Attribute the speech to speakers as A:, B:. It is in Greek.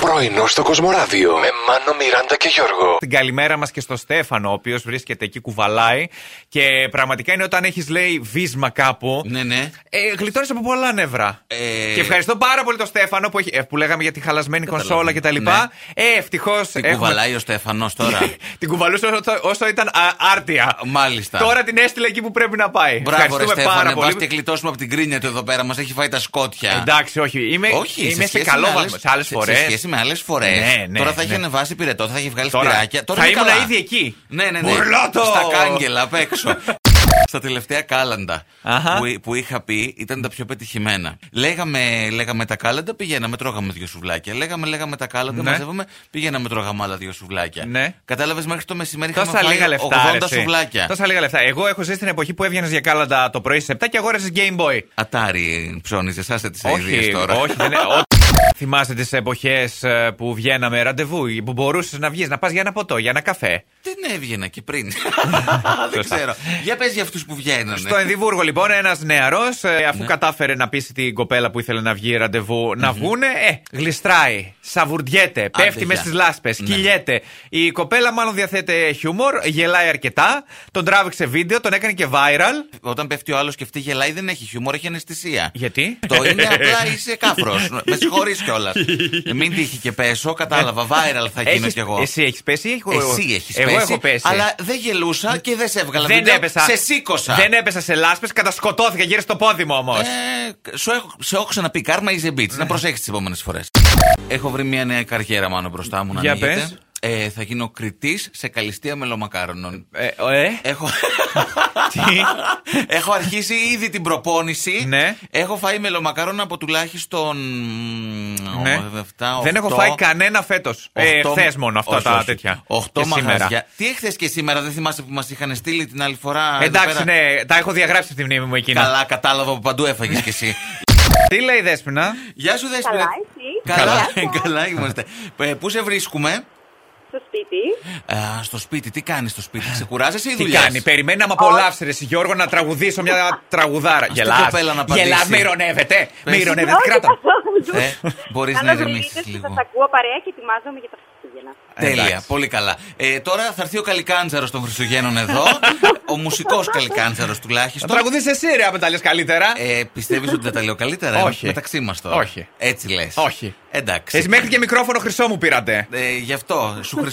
A: Πρωινό στο Κοσμοράδιο με Μάνο, Μιράντα και Γιώργο.
B: Την καλημέρα μας και στο Στέφανο, ο οποίος βρίσκεται εκεί, κουβαλάει. Και πραγματικά είναι όταν έχεις, λέει, βίσμα κάπου.
C: Ναι, ναι.
B: Ε, Γλιτώνεις από πολλά νεύρα.
C: Ε,
B: Και ευχαριστώ πάρα πολύ τον Στέφανο που, έχει, ε, που λέγαμε για τη χαλασμένη κονσόλα κτλ. Ε, ευτυχώς.
C: Ναι. Την κουβαλάει ο Στέφανος τώρα.
B: την κουβαλούσε όσο, όσο ήταν α, άρτια.
C: Μάλιστα.
B: Τώρα την έστειλε εκεί που πρέπει να πάει.
C: Μπράβο, ρε
B: Ευχαριστούμε πάρα
C: Στέφανε,
B: πολύ.
C: πας και γλιτώσουμε από την κρίνια του εδώ πέρα. Μας έχει φάει τα σκότια.
B: Εντάξει, όχι. Είμαι,
C: Όχι,
B: είμαι σε,
C: σχέση
B: καλό
C: με άλλες-
B: βαθμό. Σε άλλες
C: σε-
B: φορέ.
C: Σε σχέση με άλλες φορές.
B: Ναι, ναι,
C: τώρα θα έχει
B: ναι.
C: ανεβάσει πυρετό, θα έχει βγάλει
B: Τώρα,
C: σπυράκια. Τώρα
B: θα
C: είναι
B: ήμουν
C: καλά.
B: ήδη εκεί.
C: Ναι, ναι, ναι.
B: Μπουρλότο!
C: Στα κάγκελα απ' έξω. Στα τελευταία κάλαντα
B: Αχα.
C: που, που είχα πει ήταν τα πιο πετυχημένα. Λέγαμε, λέγαμε τα κάλαντα, πηγαίναμε, τρώγαμε δύο σουβλάκια. Λέγαμε, λέγαμε τα κάλαντα,
B: Ναι.
C: μαζεύαμε, πηγαίναμε, τρώγαμε άλλα δύο σουβλάκια.
B: Ναι.
C: Κατάλαβες μέχρι το μεσημέρι είχαμε
B: Τόσα
C: φάει
B: λίγα λεφτά.
C: 80
B: ρε, εσύ.
C: σουβλάκια.
B: Τόσα λίγα λεφτά. Εγώ έχω ζήσει την εποχή που έβγαινες για κάλαντα το πρωί στι 7 και αγόρασε Game Boy.
C: Ατάρι ψώνιζε, άσε τις
B: όχι,
C: αειδίε τώρα.
B: όχι, δεν είναι. ό- Θυμάστε τις εποχές ε, που βγαίναμε ραντεβού, ή που μπορούσες να βγεις, να πας για ένα ποτό, για ένα καφέ.
C: Δεν έβγαινα και πριν. Δεν ξέρω. Για πες για αυτούς που βγαίνανε.
B: Στο Ενδιβούργο, λοιπόν, ένας νεαρός, αφού
C: Ναι.
B: κατάφερε να πείσει την κοπέλα που ήθελε να βγει ραντεβού να βγούνε, ε, γλιστράει, σαβουρδιέται, πέφτει
C: Άντε,
B: μες
C: γεια.
B: στις λάσπες,
C: Ναι.
B: κυλιέται. Η κοπέλα, μάλλον διαθέτει χιούμορ, γελάει αρκετά, τον τράβηξε βίντεο, τον έκανε και viral.
C: Όταν πέφτει ο άλλος και αυτή γελάει, δεν έχει χιούμορ, έχει αναισθησία.
B: Γιατί?
C: Το είναι απλά είσαι κάφρος. Με συγχωρεί κιόλας. Μην τύχει και πέσω, κατάλαβα. Viral θα γίνω
B: Έχεις-
C: κι εγώ.
B: Εσύ έχεις πέσει ή έχω...
C: Εσύ έχεις πέσει.
B: Εγώ έχω πέσει.
C: Αλλά δεν γελούσα και δεν σε έβγαλα.
B: δεν
C: βίντεο.
B: έπεσα.
C: Σε σήκωσα.
B: Δεν έπεσα σε λάσπες, κατασκοτώθηκα γύρω στο πόδι μου όμως.
C: Ε, σου έχω, σε έχω ξαναπεί κάρμα is a bitch. να προσέχεις τις επόμενες φορές. Έχω βρει μια νέα καριέρα μάλλον μπροστά μου να
B: Για
C: ανοίγεται.
B: πες.
C: Ε, θα γίνω κριτής σε καλυστία μελομακάρονων.
B: Ε, ε,
C: Έχω...
B: Τι?
C: έχω αρχίσει ήδη την προπόνηση.
B: Ναι.
C: Έχω φάει μελομακάρονα από τουλάχιστον. ε,
B: ναι.
C: 7, 8,
B: δεν έχω φάει κανένα φέτος. Ε, Χθες μόνο αυτά τα τέτοια.
C: 8
B: Και σήμερα.
C: μαγαζιά. Τι εχθέ και σήμερα, δεν θυμάσαι που μας είχαν στείλει την άλλη φορά. εδώ πέρα?
B: Εντάξει, ναι, τα έχω διαγράψει από τη μνήμη μου εκείνα.
C: Καλά, κατάλαβα από παντού έφαγες κι εσύ.
B: Τι λέει η Δέσποινα,
C: Γεια σου, Δέσποινα.
D: Καλά, εσύ.
C: δηλαδή. Καλά,
D: Γεια σας.
C: καλά είμαστε. Ε, Πού σε βρίσκουμε,
D: Στο σπίτι.
C: Α, στο σπίτι, τι κάνει στο σπίτι, ξεκουράζεσαι ή
B: τι
C: δουλειά.
B: κάνει, περιμένει να μ' απολαύσει, ρε εσύ, Γιώργο, να τραγουδήσω μια τραγουδάρα.
C: την
B: Γελάς,
C: κοπέλα να απαντήσει.
B: γελάς, με ηρωνεύεται, με
C: Πες.
B: ηρωνεύεται, κράτα. με.
D: καθόλου.
C: Ναι, Ε, μπορείς
D: Κάνω
C: να
D: δουλίτες
C: ηρεμήσεις
D: που
C: λίγο.
D: Σας ακούω παρέα και ετοιμάζομαι για τα Χριστούγεννα.
C: Τέλεια,
B: Εντάξει.
C: πολύ καλά. Ε, τώρα θα έρθει ο Καλικάντζαρος των Χριστουγέννων εδώ. ο μουσικός Καλικάντζαρος
B: Θα
C: τουλάχιστον.
B: τραγουδήσεις εσύ, ρε, άμα τα λες καλύτερα.
C: Ε, Πιστεύεις ότι δεν τα λέω καλύτερα. ε,
B: Όχι.
C: Μεταξύ μας τώρα.
B: Όχι.
C: Έτσι λες.
B: Όχι.
C: Εντάξει.
B: Εσύ μέχρι και μικρόφωνο χρυσό μου πήρατε.
C: Ε, γι' αυτό σου